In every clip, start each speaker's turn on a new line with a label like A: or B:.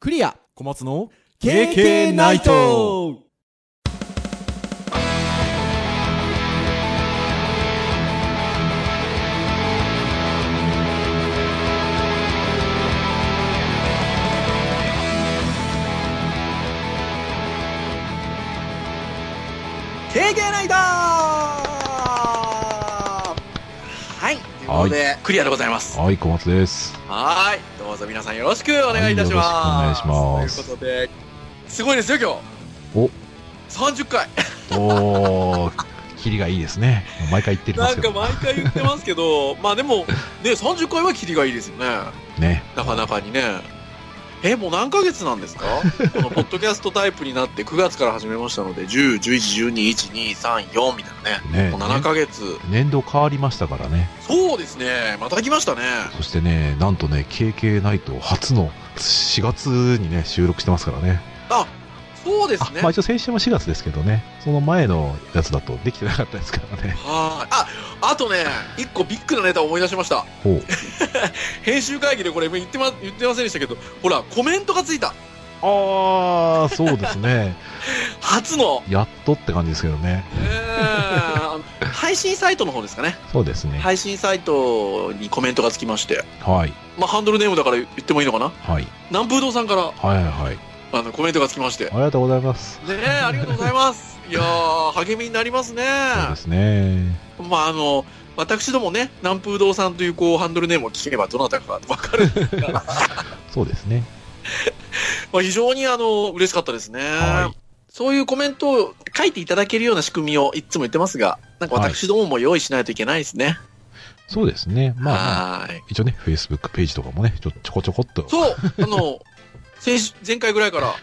A: クリア
B: 小松の
A: KK ナイト
C: 経験ないとはい。ということで、クリアでございます。
B: はい、小松です。
C: はーい。どうぞ皆さんよろしくお願いいたし
B: はいよろ
C: ま
B: し
C: す。
B: くお願いし
C: とい
B: ます
C: うことで、すごいですよ、今日。
B: お
C: 30回。
B: おー、キリがいいですね。毎回言ってま
C: な
B: す
C: ん
B: け
C: か
B: ど。
C: 毎回言ってますけど、まあでも、ね、30回はキリがいいですよね。
B: ね。
C: なかなかにね。え、もう何ヶ月なんです かこのポッドキャストタイプになって9月から始めましたので、10、11、12、1、2、3、4みたいなね。も
B: ね
C: う7ヶ月。
B: 年度変わりましたからね。
C: そうですね。また来ましたね。
B: そしてね、なんとね、KK ナイト初の4月にね、収録してますからね。
C: あ、そうです
B: あ
C: ね。
B: まあ
C: はい。
B: 一応先週も4月ですけどね、その前のやつだとできてなかったですからね。
C: あ、あとね、一個ビッグなネタを思い出しました。
B: ほう。
C: 編集会議でこれ言ってま、言ってませんでしたけど、ほら、コメントがついた。
B: あー、そうですね。
C: 初の、
B: やっとって感じですけどね。
C: え ーあの配信サイトの方ですかね。
B: そうですね。
C: 配信サイトにコメントがつきまして。
B: はい。
C: まあ、ハンドルネームだから言ってもいいのかな
B: はい。
C: 南風堂さんから、
B: はいはいはい。
C: あの、コメントがつきまして。
B: ありがとうございます。
C: ねえ、ありがとうございます。 いやー、励みになりますね。
B: そうですね。
C: まあ、あの、私どもね、南風堂さんというこう、ハンドルネームを聞けばどなたかわかるんですが、
B: そうですね。
C: まあ、非常にあの嬉しかったですね、
B: は
C: そういうコメントを書いていただけるような仕組みをいつも言ってますが、なんか私どもも用意しないといけないですね。
B: そうですね。まあ、まあ、
C: はーい。
B: 一応ね、Facebook ページとかもね、ちょちょこちょこっと。
C: そう、あの、先週前回ぐらいから、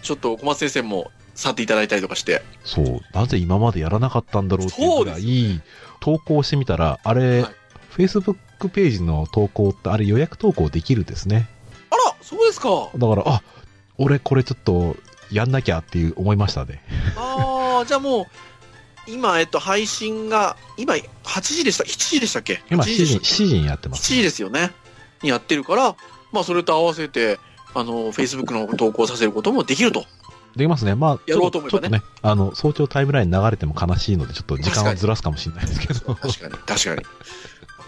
C: ちょっと小松先生も去っていただいたりとかして、
B: そう。なぜ今までやらなかったんだろうっていうぐら
C: そう
B: い、投稿してみたら、あれ、
C: はい
B: Facebook ページの投稿って、あれ予約投稿できるですね。
C: あら、そうですか。
B: だから、あ、俺これちょっと、やんなきゃっていう思いましたね。
C: ああ、じゃあもう、今、えっと、配信が、今、8時でした、7時でしたっけ
B: 今、7
C: 8
B: 時
C: で
B: に、
C: した
B: 7時にやってま
C: 7
B: す。
C: 時ですよね。にやってるから、まあ、それと合わせて、あの、Facebook の投稿させることもできると。
B: できますね。まあ、
C: やろうと思えばね
B: ちょっとね、あの、早朝タイムラインに流れても悲しいので、ちょっと時間をずらすかもしれないですけど。
C: 確かに、確かに。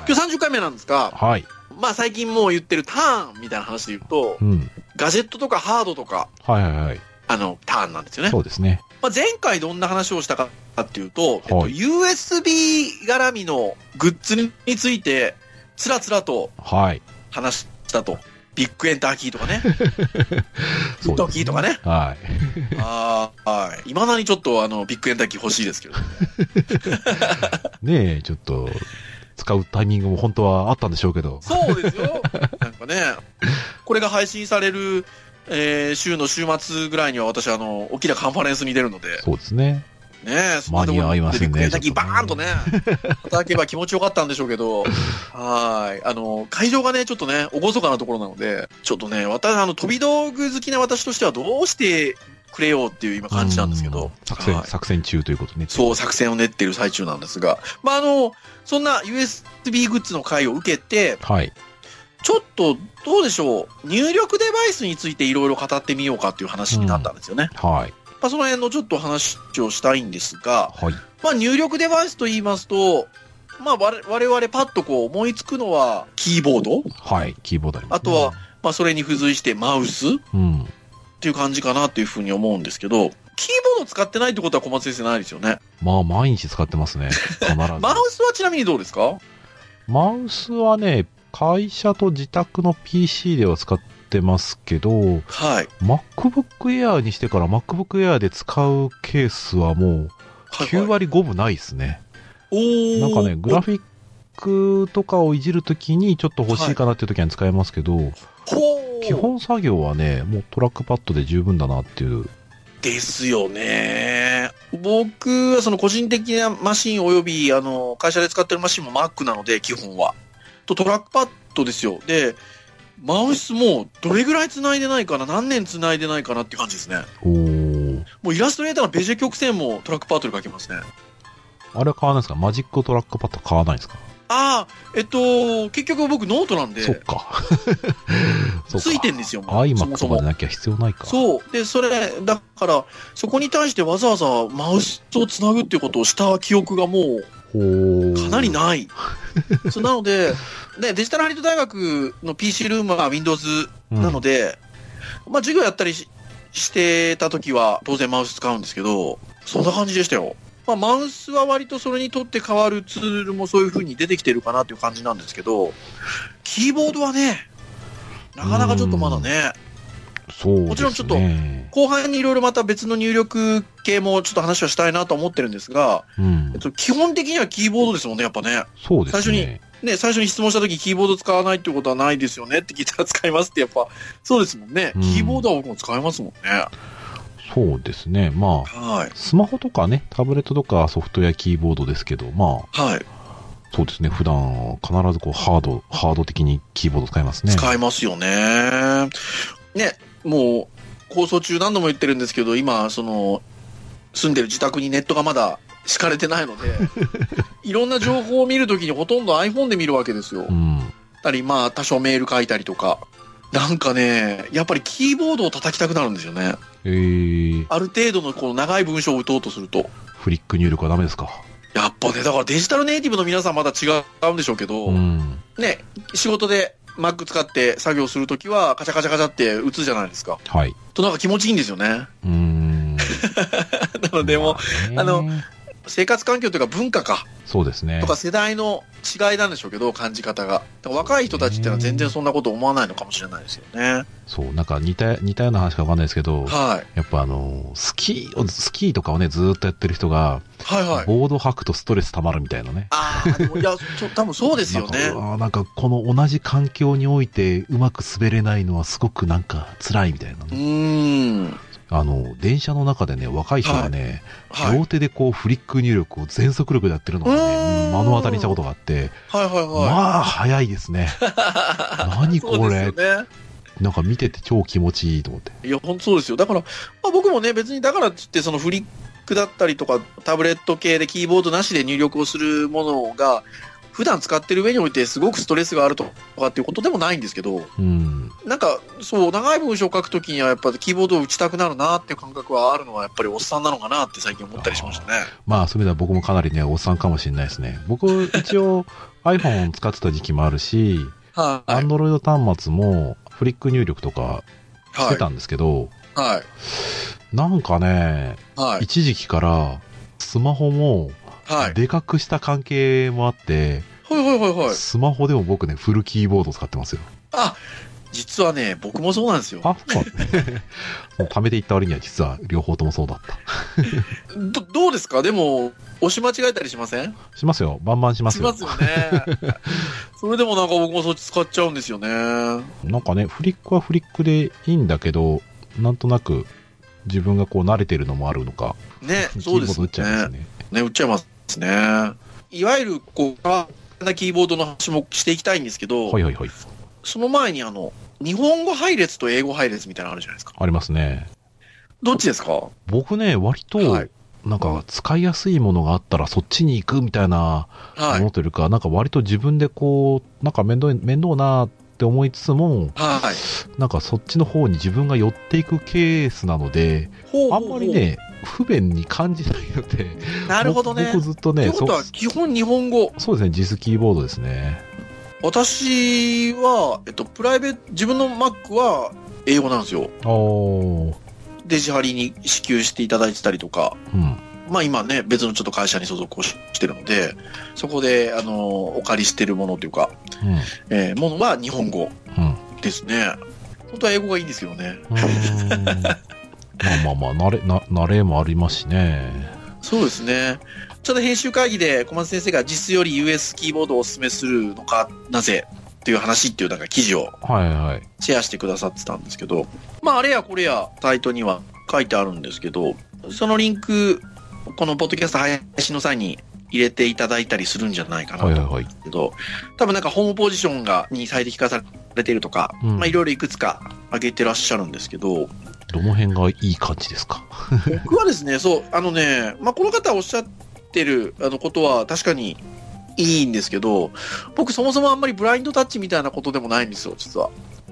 C: 今日30回目なんですが、
B: はい。
C: まあ最近もう言ってるターンみたいな話で言うと
B: う、ん。
C: ガジェットとかハードとか、
B: はいはいはい。
C: あの、ターンなんですよね。
B: そうですね。
C: まあ、前回どんな話をしたかっていうと、えっと
B: はい
C: USB 絡みのグッズについて、つらつらと
B: はい。
C: 話したと。ビッグエンターキーとか ね。
B: そ
C: ビッ
B: う
C: ト
B: で
C: キ
B: す
C: ーとかね。
B: はい。
C: あーはい。いまだにちょっとあの、ビッグエンターキー欲しいですけど。
B: ねえ、ちょっと、使うタイミングも本当はあったんでしょうけど。
C: そうですよ。なんかね、これが配信される、えー週の週末ぐらいには私、あの、大きなカンファレンスに出るので、
B: そうですね。
C: ね
B: 間に合いますね
C: ビッグエンターキー
B: ちょっ
C: バ
B: とね
C: ーンとね、叩けば気持ちよかったんでしょうけ ど、はーい。あの、会場がね、ちょっとね、厳かなところなので、ちょっとね、私、あの、飛び道具好きな私としてはどうしてくれようっていう今感じなんですけ
B: う
C: ど
B: ん。作戦、
C: はい
B: 作戦中ということね。
C: そう、作戦を練っている最中なんですが、まあ、あの、そんな USB グッズの回を受けて、
B: はい。
C: ちょっと、どうでしょう、入力デバイスについていろいろ語ってみようかっていう話になったんですよね。
B: はい。
C: まあ、その辺のちょっと話をしたいんですが、
B: はい。
C: まあ、入力デバイスと言いますと、まあ、我我々パッとこう思いつくのは、キーボード
B: はい。キーボードありま
C: あ
B: す
C: とは、まあ、それに付随してマウスっ
B: うん。
C: ていう感じかなっていうふうに思うんですけど、キーボード使ってないってことは小松先生ないですよね。
B: まあ、毎日使ってますね。必 ず。
C: マウスはちなみにどうですか
B: マウスはね、会社と自宅の PC では使ってますけど、
C: はい。
B: MacBook Air にしてから MacBook Air で使うケースはもう
C: はい
B: 9割5分ないですね。
C: おー
B: なんかね、グラフィックとかをいじるときにちょっと欲しいかなっていうときに使えますけど、
C: ほー
B: 基本作業はね、もうトラックパッドで十分だなっていう。
C: ですよね。僕はその個人的なマシンおよびあの会社で使ってるマシンも Mac なので基本は。とトラックパッドですよ。で、マウスもどれぐらい繋いでないかな何年繋いでないかなって感じですね。
B: おー。
C: もうイラストレーターのベジェ曲線もトラックパッドで書けますね。
B: あれは買わないですかマジックトラックパッド買わないですか
C: ああ、えっと、結局僕ノートなんで、
B: そっ か。そっ
C: ついてん
B: か。
C: ですよ、もう
B: iMac
C: そ
B: と
C: も
B: か
C: そ
B: で
C: も。
B: なきゃ必要ないか。
C: そう。で、それ、だから、そこに対してわざわざマウスをつなぐっていうことをした記憶がもう
B: ほー
C: かなり ない。そうなので、ね、デジタルハリウッド大学の PC ルームは Windows
B: うん
C: なので、まあ授業やったりししてた時は当然マウス使うんですけど、そんな感じでしたよ。まあマウスは割とそれにとって変わるツールもそういう風に出てきてるかなっていう感じなんですけど、キーボードはね、なかなかちょっとまだね、
B: そうですね。
C: もちろんちょっと後半にいろいろまた別の入力系もちょっと話はしたいなと思ってるんですが、
B: うん
C: えっ。と、基本的にはキーボードですもんね、やっぱね。
B: そうですね。
C: 最初ね、最初に質問した時キーボード使わないってことはないですよねって聞いたら使いますって、やっぱ、そうですもんね。
B: うん
C: キーボードは僕も使いますもんね。
B: そうですね。まあ、
C: はい。
B: スマホとかね、タブレットとかソフトやキーボードですけど、まあ、
C: はい。
B: そうですね。普段、必ずこう、ハード、ハード的にキーボード使いますね。
C: 使いますよね。ね、もう、構想中何度も言ってるんですけど、今、その、住んでる自宅にネットがまだ敷かれてないの で、いろんな情報を見るときにほとんど iPhone で見るわけですよ。
B: うん。
C: たり、まあ、多少メール書いたりとか。なんかね、やっぱりキーボードを叩きたくなるんですよね。
B: えー、
C: ある程度のこの長い文章を打とうとすると。
B: フリック入力はダメですか。
C: やっぱね、だからデジタルネイティブの皆さんまだ違うんでしょうけど、
B: うん。
C: ね、仕事で Mac 使って作業するときは、カチャカチャカチャって打つじゃないですか。
B: はい。
C: となんか気持ちいいんですよ ね。
B: うーん。
C: なの で、もう
B: まあね
C: あの、生活環境というか文化か、
B: そうですね
C: と。か世代の違いなんでしょうけど、感じ方が。だから若い人たちってのは全然そんなこと思わないのかもしれないですよね。
B: そう、なんか似た、似たような話かわかんないですけど、
C: はい。
B: やっぱあの、スキーを、スキーとかをね、ずーっとやってる人が、
C: はいはい。
B: ボード吐くとストレス溜まるみたいなね。
C: ああ、でもいや、そ多分そうですよ
B: な
C: ね
B: ん。かあーなんかこの同じ環境においてうまく滑れないのはすごくなんか辛いみたいなね、
C: うーん。
B: あの電車の中でね若い人がね、
C: はい。はい
B: 両手でこうフリック入力を全速力でやってるのをね
C: うーん
B: 目の当たりにしたことがあって、
C: はいは
B: まあ早いで すね
C: い。
B: 何これ
C: そうですよね。
B: なんか見てて超気持ちいいと思って
C: いや、本当そうですよ。だから、まあ、僕もね、別にだからっつって、そのフリックだったりとか、タブレット系でキーボードなしで入力をするものが、普段使ってる上においてすごくストレスがあるとかっていうことでもないんですけど、
B: うん
C: なんか、そう、長い文章を書くときにはやっぱりキーボードを打ちたくなるなっていう感覚はあるのはやっぱりおっさんなのかなって最近思ったりしましたね。
B: まあそういう意味では僕もかなりねおっさんかもしれないですね僕一 応 iPhone 使ってた時期もあるし
C: はい。はい。
B: Android 端末もフリック入力とかしてたんですけど、
C: はい。
B: なんかね、
C: はい。
B: 一時期からスマホも
C: はい。
B: でかくした関係もあって、
C: ほいほいほいほい。
B: スマホでも僕ね、フルキーボード使ってますよ。
C: あ、実はね、僕もそうなんですよ。
B: あ、そうだ ねそう貯めていった割には実は両方ともそうだった。
C: どどうですかでも、押し間違えたりしません
B: しますよ。バンバンします
C: し
B: よ。
C: ますよね。 それでもなんか僕もそっち使っちゃうんですよね。は
B: なんかね、フリックはフリックでいいんだけど、なんとなく自分がこう慣れてるのもあるのか、
C: ね
B: キー
C: そう
B: ボ
C: で
B: ー
C: す
B: ド
C: よね
B: 打っちゃいますね。
C: ね、売っちゃいますね。いわゆる、こう、簡単なキーボードの話もしていきたいんですけど、
B: はいはいはい。
C: その前にあの、日本語配列と英語配列みたいなのあるじゃないですか。
B: ありますね。
C: どっちですか
B: 僕ね、割と、
C: はい
B: なんか使いやすいものがあったらそっちに行くみたいな
C: は
B: 思
C: い。
B: ってるか、なんか割と自分でこうなんか面倒い面倒なって思いつつも
C: はい。
B: なんかそっちの方に自分が寄っていくケースなので
C: ほうほ
B: あ
C: うほうん
B: まり。ね不便に感じないので
C: なるほどね
B: 僕。僕ずっ
C: と
B: と
C: い
B: ね
C: うこと
B: そ
C: は、基本日本語。
B: そうですね JIS キーボードですね
C: 私は、えっと、プライベート、自分の Mac は英語なんですよ。
B: ああうん
C: デジハリに支給していただいてたりとか、 まあ今ね、別のちょっと会社に所属をししてるので、そこで、あの、お借りしてるものというか、
B: うん
C: えーものは日本語
B: うん
C: ですね。本当は英語がいいんですけどね。
B: うーんまあまあまあ慣れな慣れもありますしね
C: そうですね。ちょっと編集会議で小松先生が JIS より US キーボードをお勧めするのか、なぜっていう話っていうなんか記事を
B: はいはい
C: シェアしてくださってたんですけど、まああれやこれやサイトには書いてあるんですけど、そのリンク、このポッドキャスト配信の際に入れていただいたりするんじゃないかな
B: はいはいはい
C: けど、多分なんかホームポジションがに最適化されているとか、
B: うん
C: まあいろいろいくつか挙げてらっしゃるんですけど、
B: どの辺がいい感じですか
C: 僕はですね、そう、あのね、まあこの方おっしゃってるあのことは確かにいいんですけど、僕そもそもあんまりブラインドタッチみたいなことでもないんですよ、実は。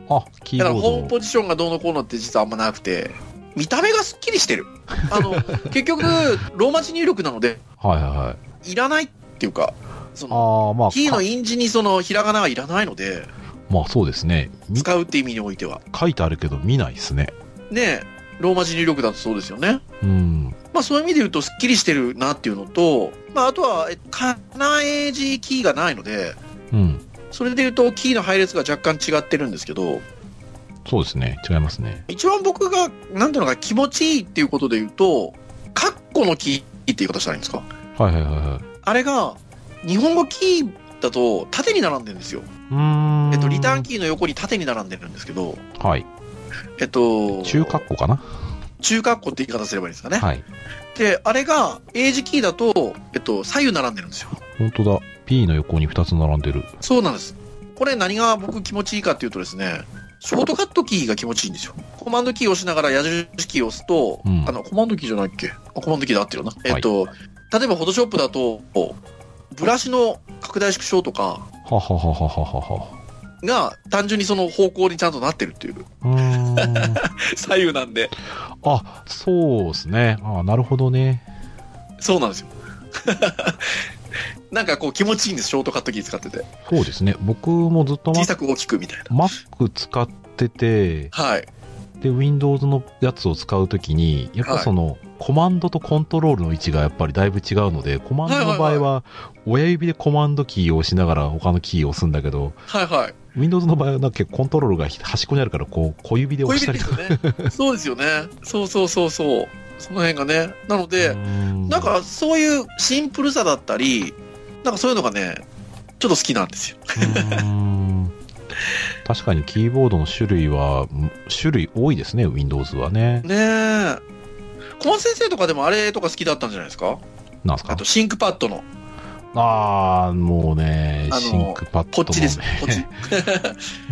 B: あ、キ
C: だ
B: ー
C: から
B: ボ
C: ホーム
B: ード。
C: ポジションがどうのこうのって実はあんまなくて、見た目がすっきりしてる。あ の、結局、ローマ字入力なので、
B: はいはいはい。
C: いらないっていうか、その、
B: ああ、まあ、
C: キーの
B: か
C: 印字にその、ひらがなはいらないので、
B: まあそうですね。み
C: 使うって意味においては。
B: 書いてあるけど見ないですね。
C: ねえローマ字入力だとそうですよね。
B: うん。
C: まあそういう意味で言うと、すっきりしてるなっていうのと、まああとは、えカナエージキーがないので、
B: うん。
C: それで言うと、キーの配列が若干違ってるんですけど、
B: そうですね。違いますね。
C: 一番僕が、なんていうのか、気持ちいいっていうことで言うと、カッコのキーって言い方したらいいんですか
B: はいはいはいはい。
C: あれが、日本語キーだと縦に並んでるんですよ。
B: うーん。
C: えっと、リターンキーの横に縦に並んでるんですけど、
B: はい。
C: えっと、
B: 中括弧かな
C: 中括弧って言い方すればいいんですかね。
B: はい。
C: で、あれが、英字キーだと、えっと、左右並んでるんですよ。
B: 本当だ。P の横に2つ並んでる。
C: そうなんです。これ何が僕気持ちいいかっていうとですね、ショートカットキーが気持ちいいんですよ。コマンドキーを押しながら矢印キーを押すと、
B: うん
C: あの、コマンドキーじゃないっけあコマンドキーで合ってるよな。えっと、例えばフォトショップだと、ブラシの拡大縮小とか
B: ははははははは。
C: が単純にその方向にちゃんとなってるっていう、
B: う ーん。
C: 左右なんで。
B: あ、そうですね。あなるほどね。
C: そうなんですよ。 なんかこう気持ちいいんです、ショートカットキー使ってて。
B: そうですね。僕もずっと
C: 小さく大きくみたいな。
B: Mac 使ってて、
C: はい。
B: で、Windows のやつを使うときに、やっぱその、コマンドとコントロールの位置がやっぱりだいぶ違うので、コマンドの場
C: はいはい
B: 合は、親指でコマンドキーを押しながら他のキーを押すんだけど、
C: はいはい。
B: Windows の場合はなんか結構コントロールが端っこにあるから、こう、小指で
C: 小
B: 押し
C: 指
B: た
C: で
B: りと
C: す
B: か。
C: よね。そうですよね。そうそうそうそう。その辺がね。なので、
B: な
C: なん、かそういうシンプルさだったり、なんかそういうのがね、ちょっと好きなんですよ。
B: うーん確かにキーボードの種類は、む種類多いですね、Windows はね。
C: ねえ。小松先生とかでもあれとか好きだったんじゃないですか
B: なんす
C: あ
B: か
C: とシンクパッドの。
B: ああ、もうね、
C: あの
B: シンクパッドも、ね。
C: こっちです。こっち。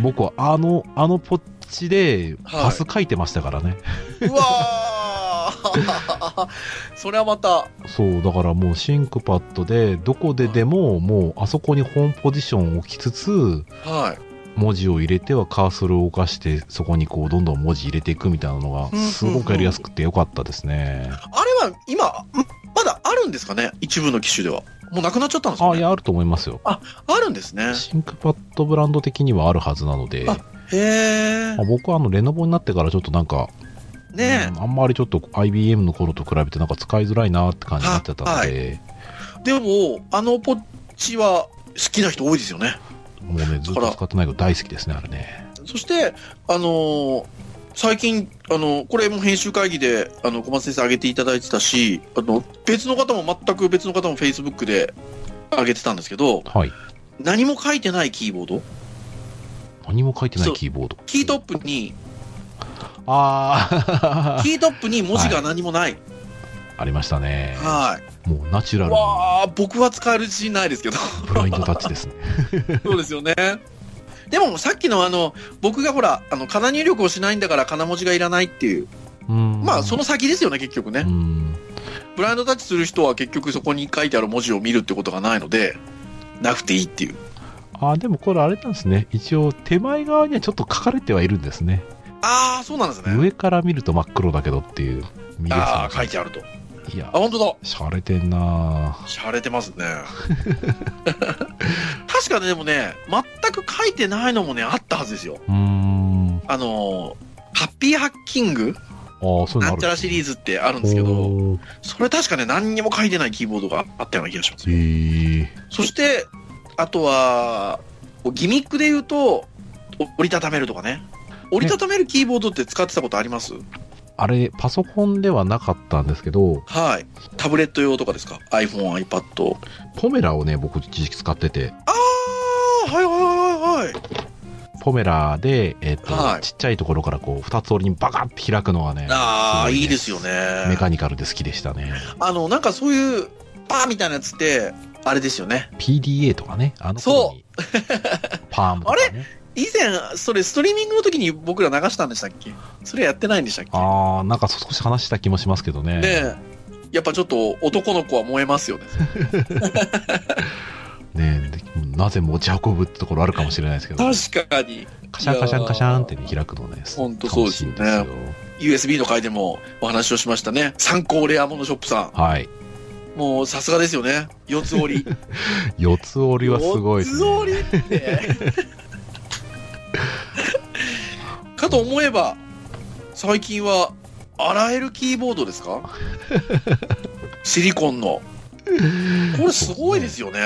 B: 僕はあの、あのポッチで
C: はい
B: パス書いてましたからね。
C: うわ ーそれはまた、
B: そう、だからもうシンクパッドで、どこででももうあそこにホームポジションを置きつつ、
C: はい。
B: 文字を入れてはカーソルを動かして、そこにこうどんどん文字入れていくみたいなのが
C: うんうんうん
B: すごくやりやすくてよかったですね。
C: あれは今、んまだあるんですかね一部の機種では。もうなくなっちゃったんですか、
B: あ、い
C: ね、
B: や、あると思いますよ。
C: あるんですね。
B: シンクパッドブランド的にはあるはずなので、
C: あへえ
B: まあ。僕はあのレノボになってからちょっとなんか、
C: ねえ
B: うんあんまりちょっと IBM の頃と比べてなんか使いづらいなって感じになっちゃったので、
C: でも、あのポッチは好きな人多いですよね。
B: もうね、ずっと使ってないけど大好きですね、あれね。
C: そして、あのー最近、あのこれも編集会議で、あの、小松先生上げていただいてたし、あの、別の方も全く別の方も Facebook で上げてたんですけど、
B: はい。
C: 何も書いてないキーボード、
B: 何も書いてな
C: そ
B: いうキーボード。
C: キートップに、
B: ああ、
C: キートップに文字が何もない。
B: ありましたね。
C: はい。
B: もうナチュラルに
C: わあ、僕は使える自信ない ですけど。
B: ブラインドタッチですね。
C: そうですよね。でもさっきのあの、僕がほら、あの、かな入力をしないんだからかな文字がいらないっていう。ま
B: ま
C: あ、その先ですよね、結局ね。
B: うん、
C: ブラインドタッチする人は結局そこに書いてある文字を見るってことがないので、なくていいっていう。
B: あーでもこれあれなんですね。一応手前側にはちょっと書かれてはいるんですね。
C: ああ、そうなんですね。
B: 上から見ると真っ黒だけどっていう。右
C: あ
B: 側
C: あ、書いてあると。
B: いや
C: あ、、本当だ。
B: 洒落てんなぁ
C: 洒落てます ね。確かね、でもね、全く書いてないのもね、あったはずですよ。
B: うーん。
C: あのー、ハッピーハッキング
B: ああ、そういうのある
C: なんちゃらシリー
B: ズ
C: ズってあるんですけど、
B: おー
C: それ確かね、何にも書いてないキーボードがあったような気がします。
B: へえ
C: そして、あとは、ギミックで言うと、お折りたためるとかね。折りたためるキーボードって使ってたことあります、
B: あれ、パソコンではなかったんですけど、
C: はい。タブレット用とかですか ?iPhone、iPad。
B: ポメラをね、僕一時期使ってて、
C: ああはいはいはいはい。
B: ポメラで、えっ、と、
C: はい
B: ちっちゃいところからこう、二つ折りにバカッて開くのはね、
C: ああ、
B: ご
C: いいですすよね。
B: ね。メカニカルで好きでしたね。
C: あの、なんかそういう、パーみたいなやつって、あれですよね。
B: PDA とかね、あの頃に、 パームとかね。
C: 以前、それストリーミングの時に僕ら流したんでしたっけそれやってないんでしたっけね
B: ああ、なんか少し話した気もしますけどね。
C: え。やっぱちょっと男の子は燃えますよね。
B: ねなぜ持ち運ぶってところあるかもしれないですけど、
C: 確かに。
B: カシャンカシャンカシャンってね、開くのね、
C: ほんとそうですよね
B: 楽しいんですよ
C: USB の回でもお話をしましたね。参考レアモノショップさ
B: はい。
C: ん。もうさすがですよね。四つ折り。
B: 四つ折りはすごいですね。
C: 四つ折りって。かと思えば、最近は、洗えるキーボードですかシリコンの。これすごいですよね。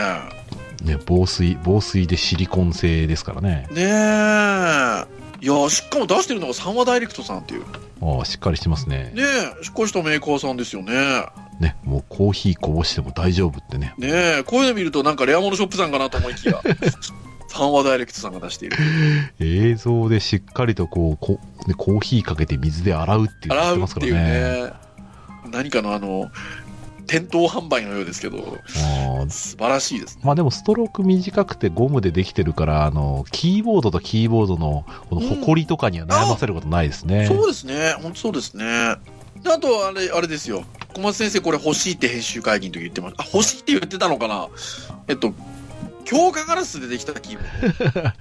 B: ね、防水、防水でシリコン製ですからね。
C: ねえ。いや、しかも出してるのが三和ダイレクトさんっていう。
B: ああ、しっかりしてますね。
C: ねえ、しっかりしたメーカーさんですよね。
B: ね、もうコーヒーこぼしても大丈夫ってね。
C: ねえ、こういうの見るとなんかレアモノショップさんかなと思い きや、三和ダイレクトさんが出している。
B: 映像でしっかりとこう、こね、コーヒーかけて水で洗うっていうのや
C: 洗
B: って
C: う
B: ま
C: っ
B: すか
C: て
B: ら
C: いう
B: ね。
C: ね。何かのあの、店頭販売のようですけど、
B: ああ
C: 素晴らしいですね。
B: まあでもストローク短くてゴムでできてるから、あの、キーボードとキーボードのこの埃とかには悩ませることないですね。
C: そうですね、本当そうですね。であと、あれ、あれですよ。小松先生、これ欲しいって編集会議の時言ってました。あ、欲しいって言ってたのかなえっと、強化ガラスでできたキーボー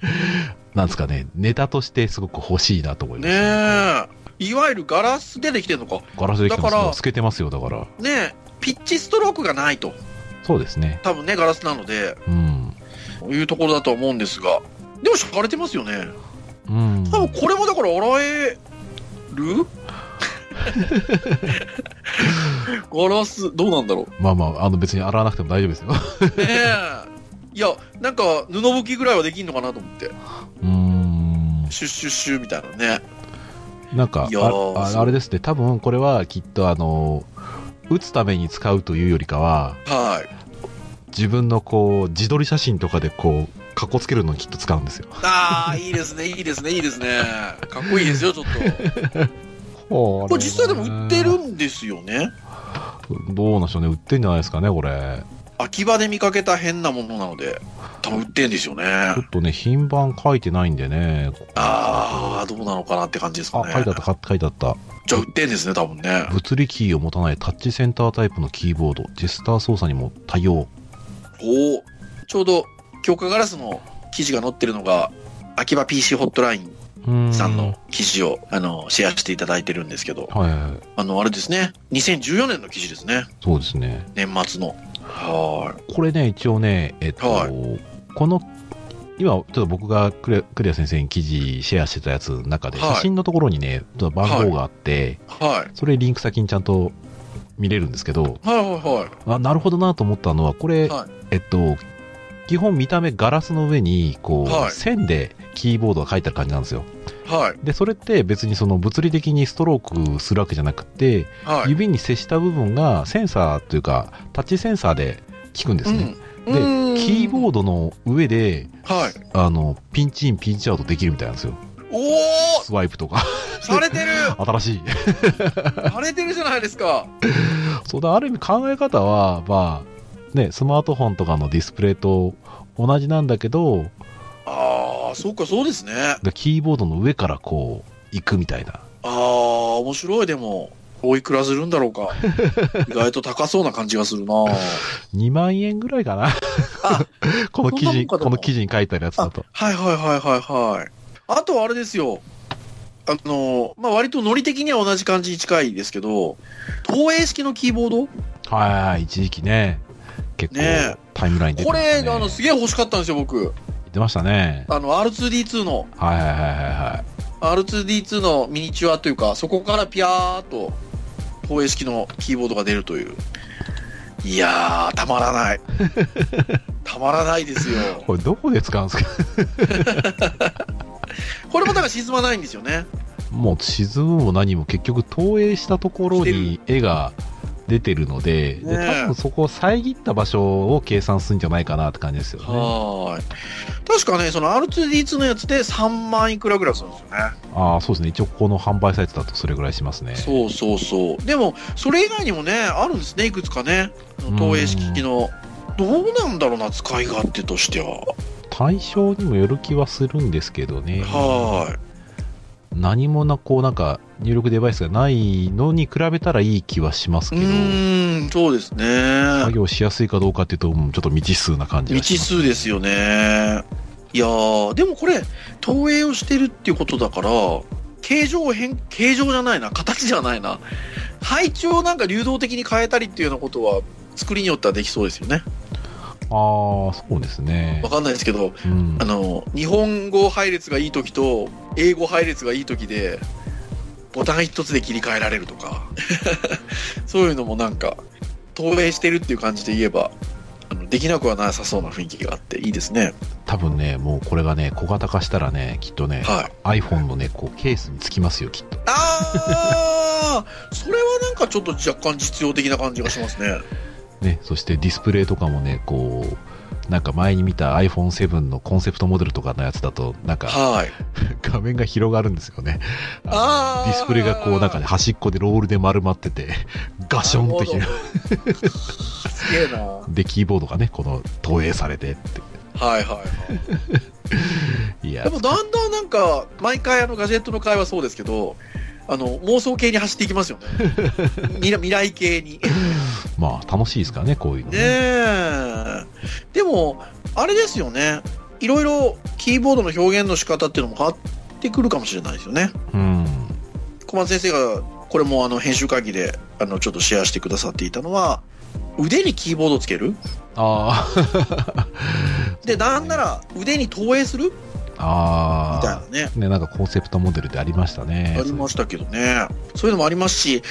B: なんですかね、ネタとしてすごく欲しいなと思い
C: ド。
B: ま
C: ね
B: すね。
C: え。いわゆるガラスでできてるのか。
B: ガラスできて
C: だ
B: ます
C: から
B: ね。透けてますよ、だから。
C: ねえ、ピッチストロークがないと。
B: そうですね。
C: 多分ね、ガラスなので。
B: うん。
C: いうところだと思うんですが、でも敷かれてますよね。
B: うん。
C: 多分これもだから洗えるガラス、どうなんだろ
B: まあまあ、あの別に洗わなくても大丈夫ですよ。
C: う。ねえ。いや、なんか布拭きぐらいはできんのかなと思って。
B: うーん。
C: シュッシュッシュッみたいなね。
B: なんか
C: いやー
B: あ
C: そう
B: あ、あれですね、多分これはきっとあの、打つために使うというよりかは、
C: はい。
B: 自分のこう、自撮り写真とかでこう、かっこつけるのにきっと使うんですよ。
C: ああ、いいですね、いいですね、いいですね。かっこいいですよ、ちょっと。
B: こ
C: これ実際でも売ってるんですよね。
B: どうなんでしょうね、売ってるんじゃないですかね、これ。
C: 秋葉で見かけた変なものなので、多分売ってんですよね。
B: ちょっとね、品番書いてないんでね。
C: ああ、どうなのかなって感じですか
B: あ、
C: ね。
B: 書いてあった、か書いてあった。
C: じゃあ売ってんですね、多分ね。
B: 物理キーを持たないタッチセンタータイプのキーボード、ジェスター操作にも対応。
C: おおちょうど強化ガラスの記事が載ってるのが秋葉 PC ホットライン
B: うーん
C: さんの。記事をあのシェアしていただいてるんですけど
B: はいはいはい。
C: あのあれですね2014年の記事ですね
B: そうですね。
C: 年末のはーい
B: これね、一応ね、えっと、
C: は
B: この、今、ちょっと僕がクレクレア先生に記事シェアしてたやつの中で、
C: はい
B: 写真のところにね、ちょっと番号があって、
C: はい
B: それリンク先にちゃんと見れるんですけど、
C: はいは
B: あ、なるほどなと思ったのは、これ、
C: はい
B: えっと、基本見た目ガラスの上に、こう、
C: はい
B: 線でキーボードが書いてある感じなんですよ。
C: いはい
B: で、それって別にその物理的にストロークするわけじゃなくて、
C: はいはい
B: 指に接した部分がセンサーというか、タッチセンサーで効くんですね。
C: うん
B: で
C: うん
B: キーボードの上で、
C: はい
B: あの、ピンチイン、ピンチアウトできるみたいなんですよ。
C: おお
B: スワイプとか。
C: されてる
B: 新しい。
C: されてるじゃないですか
B: そうだ、ある意味考え方は、まあ、ね、スマートフォンとかのディスプレイと同じなんだけど、
C: ああそうかそうですねあ
B: でキーボードの上からこう、行くみたいな。
C: あー面白いでもおいくらするんだろうか意外と高そうな感じがするな
B: 2万円ぐらいかな。
C: あ
B: この記
C: そんなも
B: 事、
C: んかでも
B: この記事に書いてあるやつだと。
C: はいはいはいはいはい。あとはあれですよ。あの、まあ、割とノリ的には同じ感じに近いですけど、投影式のキーボード
B: はいはいはい、一時期ね、結構
C: ねえ
B: タイムラインで、
C: これ、
B: ね、
C: あの、すげえ欲しかったんですよ、僕。
B: 言ってましたね。
C: あの、R2D2 の、
B: はいはいはいはいはい。
C: R2D2 のミニチュアというか、そこからピャーっと投影式のキーボードが出るという。いやー、たまらない。たまらないですよ。
B: これどこで使うんですか
C: これもだから沈まないんですよね。
B: もう沈むも何も結局投影したところに絵が出てるのでで
C: ねえ
B: 多分そこを遮った場所を計算するんじゃないかなって感じですよね。
C: はーい。確かね、その R2D2 のやつで3万いくらぐらいするんですよね。
B: ああそうですね一応ここの販売サイトだとそれぐらいしますね。
C: そうそうそう。でも、それ以外にもね、あるんですね、いくつかね。投影式の。どうなんだろうな、使い勝手としては。
B: 対象にもよる気はするんですけどね。
C: は
B: 何もな、こうなんか入力デバイスがないのに比べたらいい気はします
C: う
B: けど、
C: ーん、そうです
B: 作
C: ね。
B: 業しやすいかどうかっていうと、うんちょっと未知数な感じがし
C: 未知
B: ます。
C: 数ですよね。いやー、でもこれ、投影をしてるっていうことだから、形状変、形状じゃないな、形じゃないな。配置をなんか流動的に変えたりっていうようなことは、作りによってはできそうですよね。
B: ああ、そうですね
C: わ。かんないですけど、
B: うん
C: あ、の、日本語配列がいい時と、英語配列がいい時で、ボタン一つで切り替えられるとか、 そういうのもなんか、投影してるっていう感じで言えば、あのできなくはなさそうな雰囲気があって、いいですね。
B: 多分ね、もうこれがね、小型化したらね、きっとね、
C: はい。
B: iPhone のね、こうケースにつきますよ、きっと。
C: あーそれはなんかちょっと若干実用的な感じがしますね。
B: ね、そしてディスプレイとかもね、こう、なんか前に見た iPhone7 のコンセプトモデルとかのやつだと、なんか
C: はい。
B: 画面が広がるんですよね。
C: あー
B: ディスプレイがこう、なんかね、端っこでロールで丸まってて、ガションと
C: なる
B: 広
C: すげえな。は
B: で、キーボードがね、この投影されてって。
C: いはいはい。
B: いや
C: で、もだんだんなんか、毎回あのガジェットの会はそうですけど、あの、妄想系に走っていきますよね。 未来未来系に。
B: まあ、楽しいですからね、こういうの
C: ねえ。でも、あれですよね。いろいろキーボードの表現の仕方っていうのも変わってくるかもしれないですよね。
B: うん。
C: 小松先生が、これもあの編集会議で、あの、ちょっとシェアしてくださっていたのは、腕にキーボードつける
B: ああ。
C: で、なんなら腕に投影するみたい
B: あ
C: なね。
B: あ。ね、なんかコンセプトモデルでありましたね。
C: ありましたけどね。そういうのもありますし、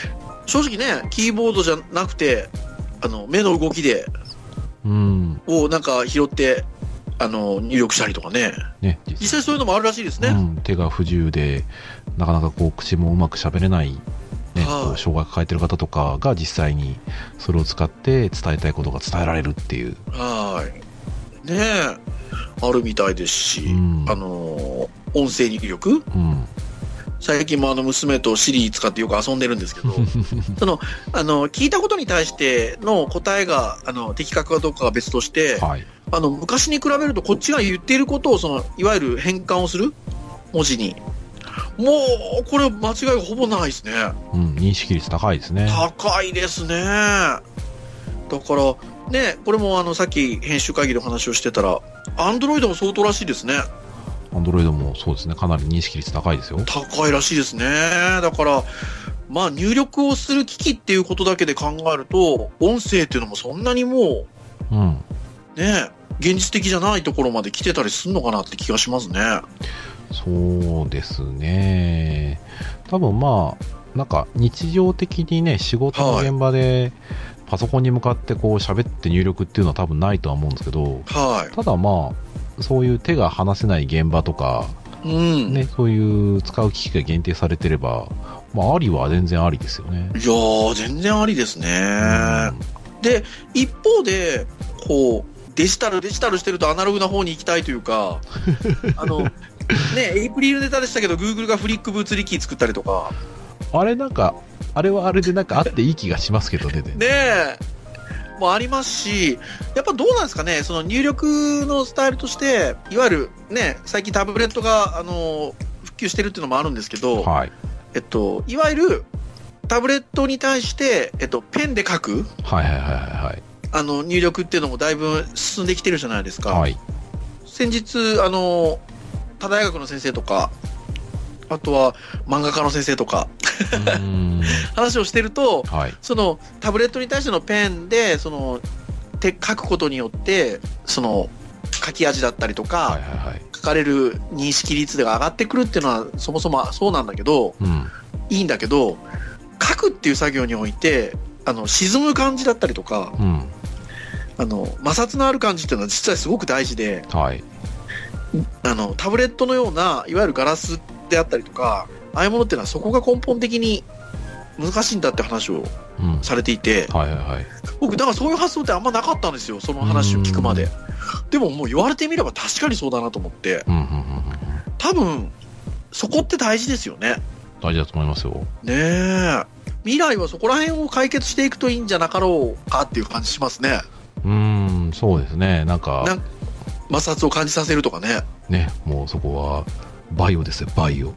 C: 正直ね、キーボードじゃなくて、あの、目の動きで、
B: うん。
C: をなんか拾って、あの、入力したりとかね。
B: ね、
C: 実際そういうのもあるらしいですね。
B: うん、手が不自由でなかなかこう口もうまく喋れない、
C: は
B: ね
C: い
B: こう障害抱えてる方とかが実際にそれを使って伝えたいことが伝えられるっていう、
C: はい。ねえ、あるみたいですし、
B: うん
C: あの、音声入力
B: うん、
C: 最近もあの娘と Siri 使ってよく遊んでるんです けど、その、あの、聞いたことに対しての答えが、あの、的確かどうかは別として、
B: はい、
C: あの、昔に比べるとこっちが言っていることを、その、いわゆる変換をする文字に。もう、これ間違いがほぼないですね。
B: うん、認識率高いですね
C: 高いですね。だから、ね、これもあの、さっき編集会議でお話をしてたら、アンドロイドも相当らしいですね。
B: アンドロイドもそうですねかなり認識率高いですよ
C: 高いらしいですね。だから、まあ入力をする機器っていうことだけで考えると、音声っていうのもそんなにも
B: うん
C: う、ね、現実的じゃないところまで来てたりするのかなって気がしますね。
B: そうですね多分まあなんか日常的にね仕事の現場でパソコンに向かってこう喋って入力っていうのは多分ないとは思うんですけど
C: は
B: ただまあそういう手が離せない現場とか
C: い。うん。
B: ね、そういう使う機器が限定されてれば、まあ、ありは全然ありですよね。
C: いやー、全然ありですね。で、一方で、こう、デジタル、デジタルしてるとアナログな方に行きたいというか、あの、ね、エイプリルネタでしたけど、Google がフリック物理キー作ったりとか、
B: うんあれなんか、あれはあれでなんかあっていい気がしますけどね。
C: ねえ、もありますし、やっぱどうなんですかね、その入力のスタイルとして、いわゆるね、最近タブレットが、あの、普及してるっていうのもあるんですけど、
B: はい。
C: えっと、いわゆる、タブレットに対して、えっと、ペンで書く
B: はいはいはいはい
C: あの入力っていうのもだいぶ進んできてるじゃないですか、
B: はい。はい。
C: 先日あの他大学の先生とかあとは漫画家の先生とか
B: うーん
C: 話をしてると
B: はい。
C: そのタブレットに対してのペンでそのて書くことによってその書き味だったりとか、
B: はいはいはい。
C: 書かれる認識率が上がってくるっていうのはそもそもそうなんだけど
B: うん。
C: いいんだけど書くっていう作業においてあの沈む感じだったりとか
B: うん。
C: あの摩擦のある感じっていうのは実はすごく大事で。
B: はい。
C: あのタブレットのようないわゆるガラスであったりとかああいうものっていうのはそこが根本的に難しいんだって話を
B: うん。はい
C: されていて
B: はいはい。
C: 僕だからそういう発想ってあんまなかったんですよその話を聞くまででももう言われてみれば確かにそうだなと思って
B: うんうんうんうん。
C: 多分そこって大事ですよね
B: 大事だと思いますよ。
C: ねえ未来はそこら辺を解決していくといいんじゃなかろうかっていう感じしますね
B: うーん、そうですね。なん
C: な
B: か
C: ん、摩擦を感じさせるとかね
B: ね、もうそこは、バイオですよ、バイオ。
C: ね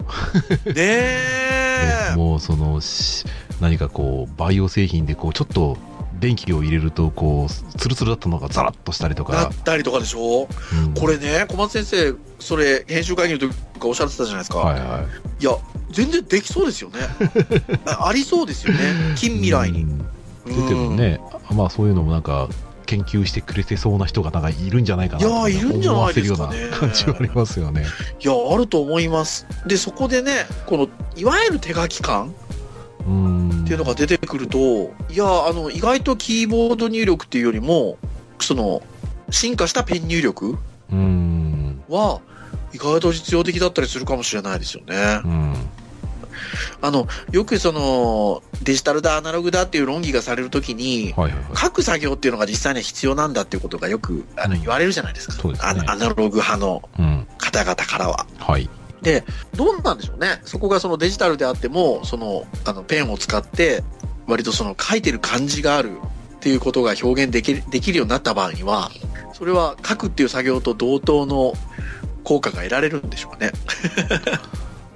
C: え
B: ね、もうそのし何かこうバイオ製品でこうちょっと電気を入れるとこうツルツルだったのがザラッとしたりと
C: な
B: か
C: っ、たりとかでしょ
B: うん
C: これね、小松先生、それ、編集会議の時とかおっしゃってたじゃないですか。
B: はいはい
C: いや、全然できそうですよ ね。あありそうですよね。近未来
B: う
C: に。
B: ん
C: 出
B: 出てるね、まあそういうのもなんか研究してくれてそうな人がなんかいるんじゃないかなって
C: いやーいるんじゃないですかね
B: 思わせるような感じはありますよね
C: いや、あると思います。で、そこでね、この、いわゆる手書き感
B: うん
C: っていうのが出てくると、いや、あの、意外とキーボード入力っていうよりも、その、進化したペン入力
B: うん
C: は、意外と実用的だったりするかもしれないですよね
B: う。ん
C: あの、よくその、デジタルだ、アナログだっていう論議がされるときに、
B: はいはいはい
C: 書く作業っていうのが実際には必要なんだっていうことがよくあの
B: うん
C: 言われるじゃないですか、
B: そうです
C: あ
B: ね
C: のアナログ派の
B: うん
C: 方々からは。
B: はい
C: どうなんでしょうね、そこがそのデジタルであっても、そのあのペンを使って、割とその書いてる感じがあるっていうことが表現できるできるようになった場合には、それは書くっていう作業と同等の効果が得られるんでしょうね。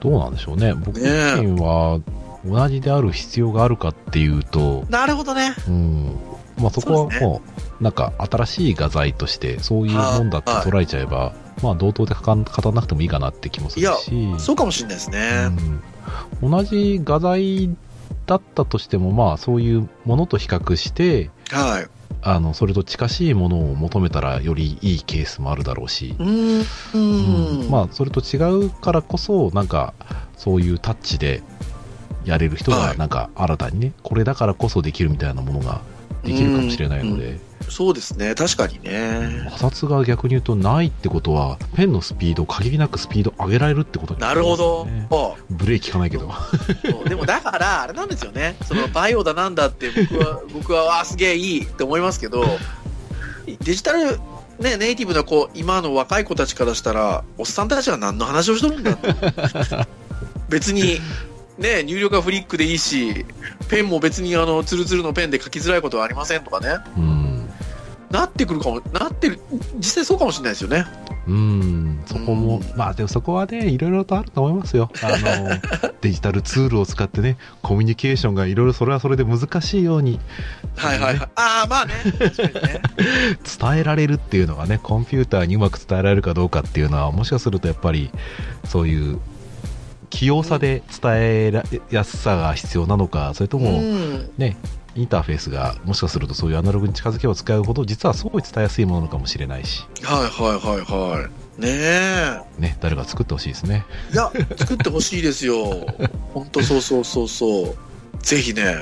B: どうなんでしょうね僕
C: ね
B: 自
C: え
B: 身は同じである必要があるかっていうと
C: なるほどね。
B: うんまあ、そこ
C: そうです
B: は
C: ね
B: もう、なんか新しい画材として、そういうもんだって
C: はい
B: 捉えちゃえば、まあ、同等で書かん語らなくてもいいかなって気もするし、
C: そうかもしれないですね。
B: うん同じ画材だったとしても、まあ、そういうものと比較して、
C: はい。
B: あのそれと近しいものを求めたら、よりいいケースもあるだろうし、
C: うーん。
B: うんまあ、それと違うからこそ、なんか、そういうタッチでやれる人
C: は
B: が、
C: い
B: なんか、新たにね、これだからこそできるみたいなものができるかもしれないので。
C: そうですね。確かにね。
B: 摩擦が逆に言うとないってことはペンのスピードを限りなくスピード上げられるってことに
C: なるほど。
B: ね
C: あ
B: ブレーキ効かないけど
C: そうでもだから、あれなんですよね、そのバイオだなんだって、僕 は、僕は、わあ、すげえいいって思いますけど、デジタル、ね、ネイティブの子、今の若い子たちからしたら、おっさんたちは何の話をしとるんだ って。別に、ね、入力はフリックでいいし、ペンも別に、あの、ツルツルのペンで書きづらいことはありませんとかね、
B: うん
C: なってくるかも、なってる、実際そうかもしれないですよね。
B: うんそこも
C: うん
B: まあでもそこはねいろいろとあると思いますよあのデジタルツールを使ってねコミュニケーションがいろいろそれはそれで難しいように
C: はいはいはい。ああ、まあね、確かにね。
B: 伝えられるっていうのがねコンピューターにうまく伝えられるかどうかっていうのはもしかするとやっぱりそういう器用さで伝えらやすさが必要なのかそれと も、
C: うん
B: ね、インターフェースがもしかするとそういうアナログに近づけば使うほど実はすごい伝えやすいものなのかもしれないし、
C: はいはいはいはい。ねえ。
B: ね、誰か作ってほしいですね。
C: いや、作ってほしいですよ。ほんとそうそうそうそう。ぜひね、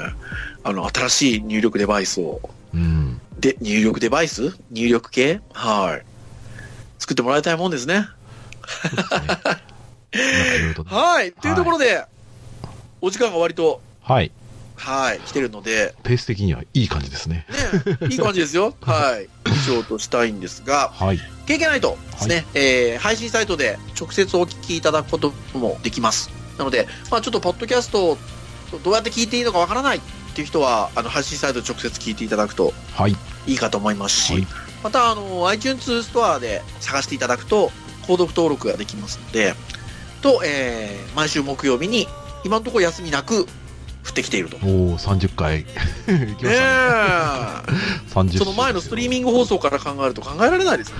C: あの、新しい入力デバイスを、
B: うん、
C: で、入力デバイス入力系はい。作ってもらいたいもんですね。
B: そうですねなんかいろいろとね
C: はい。というところで、お時間が割と、
B: はい、
C: はい、来てるので、
B: ペース的にはいい感じですね。
C: ね、いい感じですよ。 はい。以上としたいんですが、
B: はい、
C: 経験ないとですね、えー配信サイトで直接お聞きいただくこともできます。なので、まあ、ちょっとポッドキャストをどうやって聞いていいのかわからないっていう人は、あの配信サイトで直接聞いていただくと
B: はい、
C: いいかと思いますし、
B: はい
C: またあの iTunes ストアで探していただくと、購読登録ができますので、と、えー毎週木曜日に今のところ休みなく降ってきていると。ね
B: おお30回行きましたね。
C: え
B: 30
C: その前のストリー
B: ン
C: ミング放送から考えると考えられない ですね。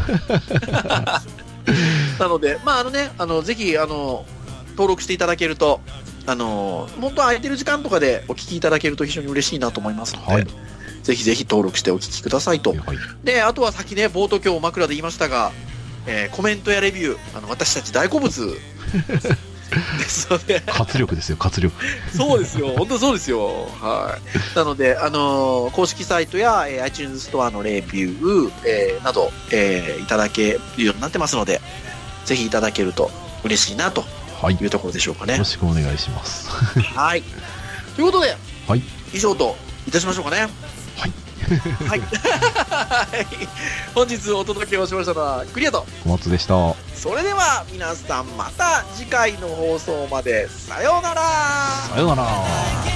C: なので、まああのね、あのぜひあの登録していただけると、あの本当は空いてる時間とかでお聞きいただけると非常に嬉しいなと思いますので、
B: はい
C: ぜひぜひ登録してお聞きくださいと。
B: はい、
C: で、あとは先ね、冒頭今日枕で言いましたが、えーコメントやレビュー、あの私たち大好 物ですので、
B: 活力ですよ活力。
C: そうです よ、本当そうですよ。はい。なので、あのー公式サイトや、えー iTunes ストアのレビュー、えーなど、えーいただけるようになってますので、ぜひいただけると嬉しいなと
B: はい、
C: い
B: よ
C: うところでしょうかね
B: ろ。しくお願いします。
C: はい。ということで、
B: はい
C: 以上といたしましょうかね。
B: はい。
C: はい。 はい本日お届けをしましたのは、クリアと。
B: 小松でした。
C: それでは、皆さんまた次回の放送まで。さようなら。
B: さようなら。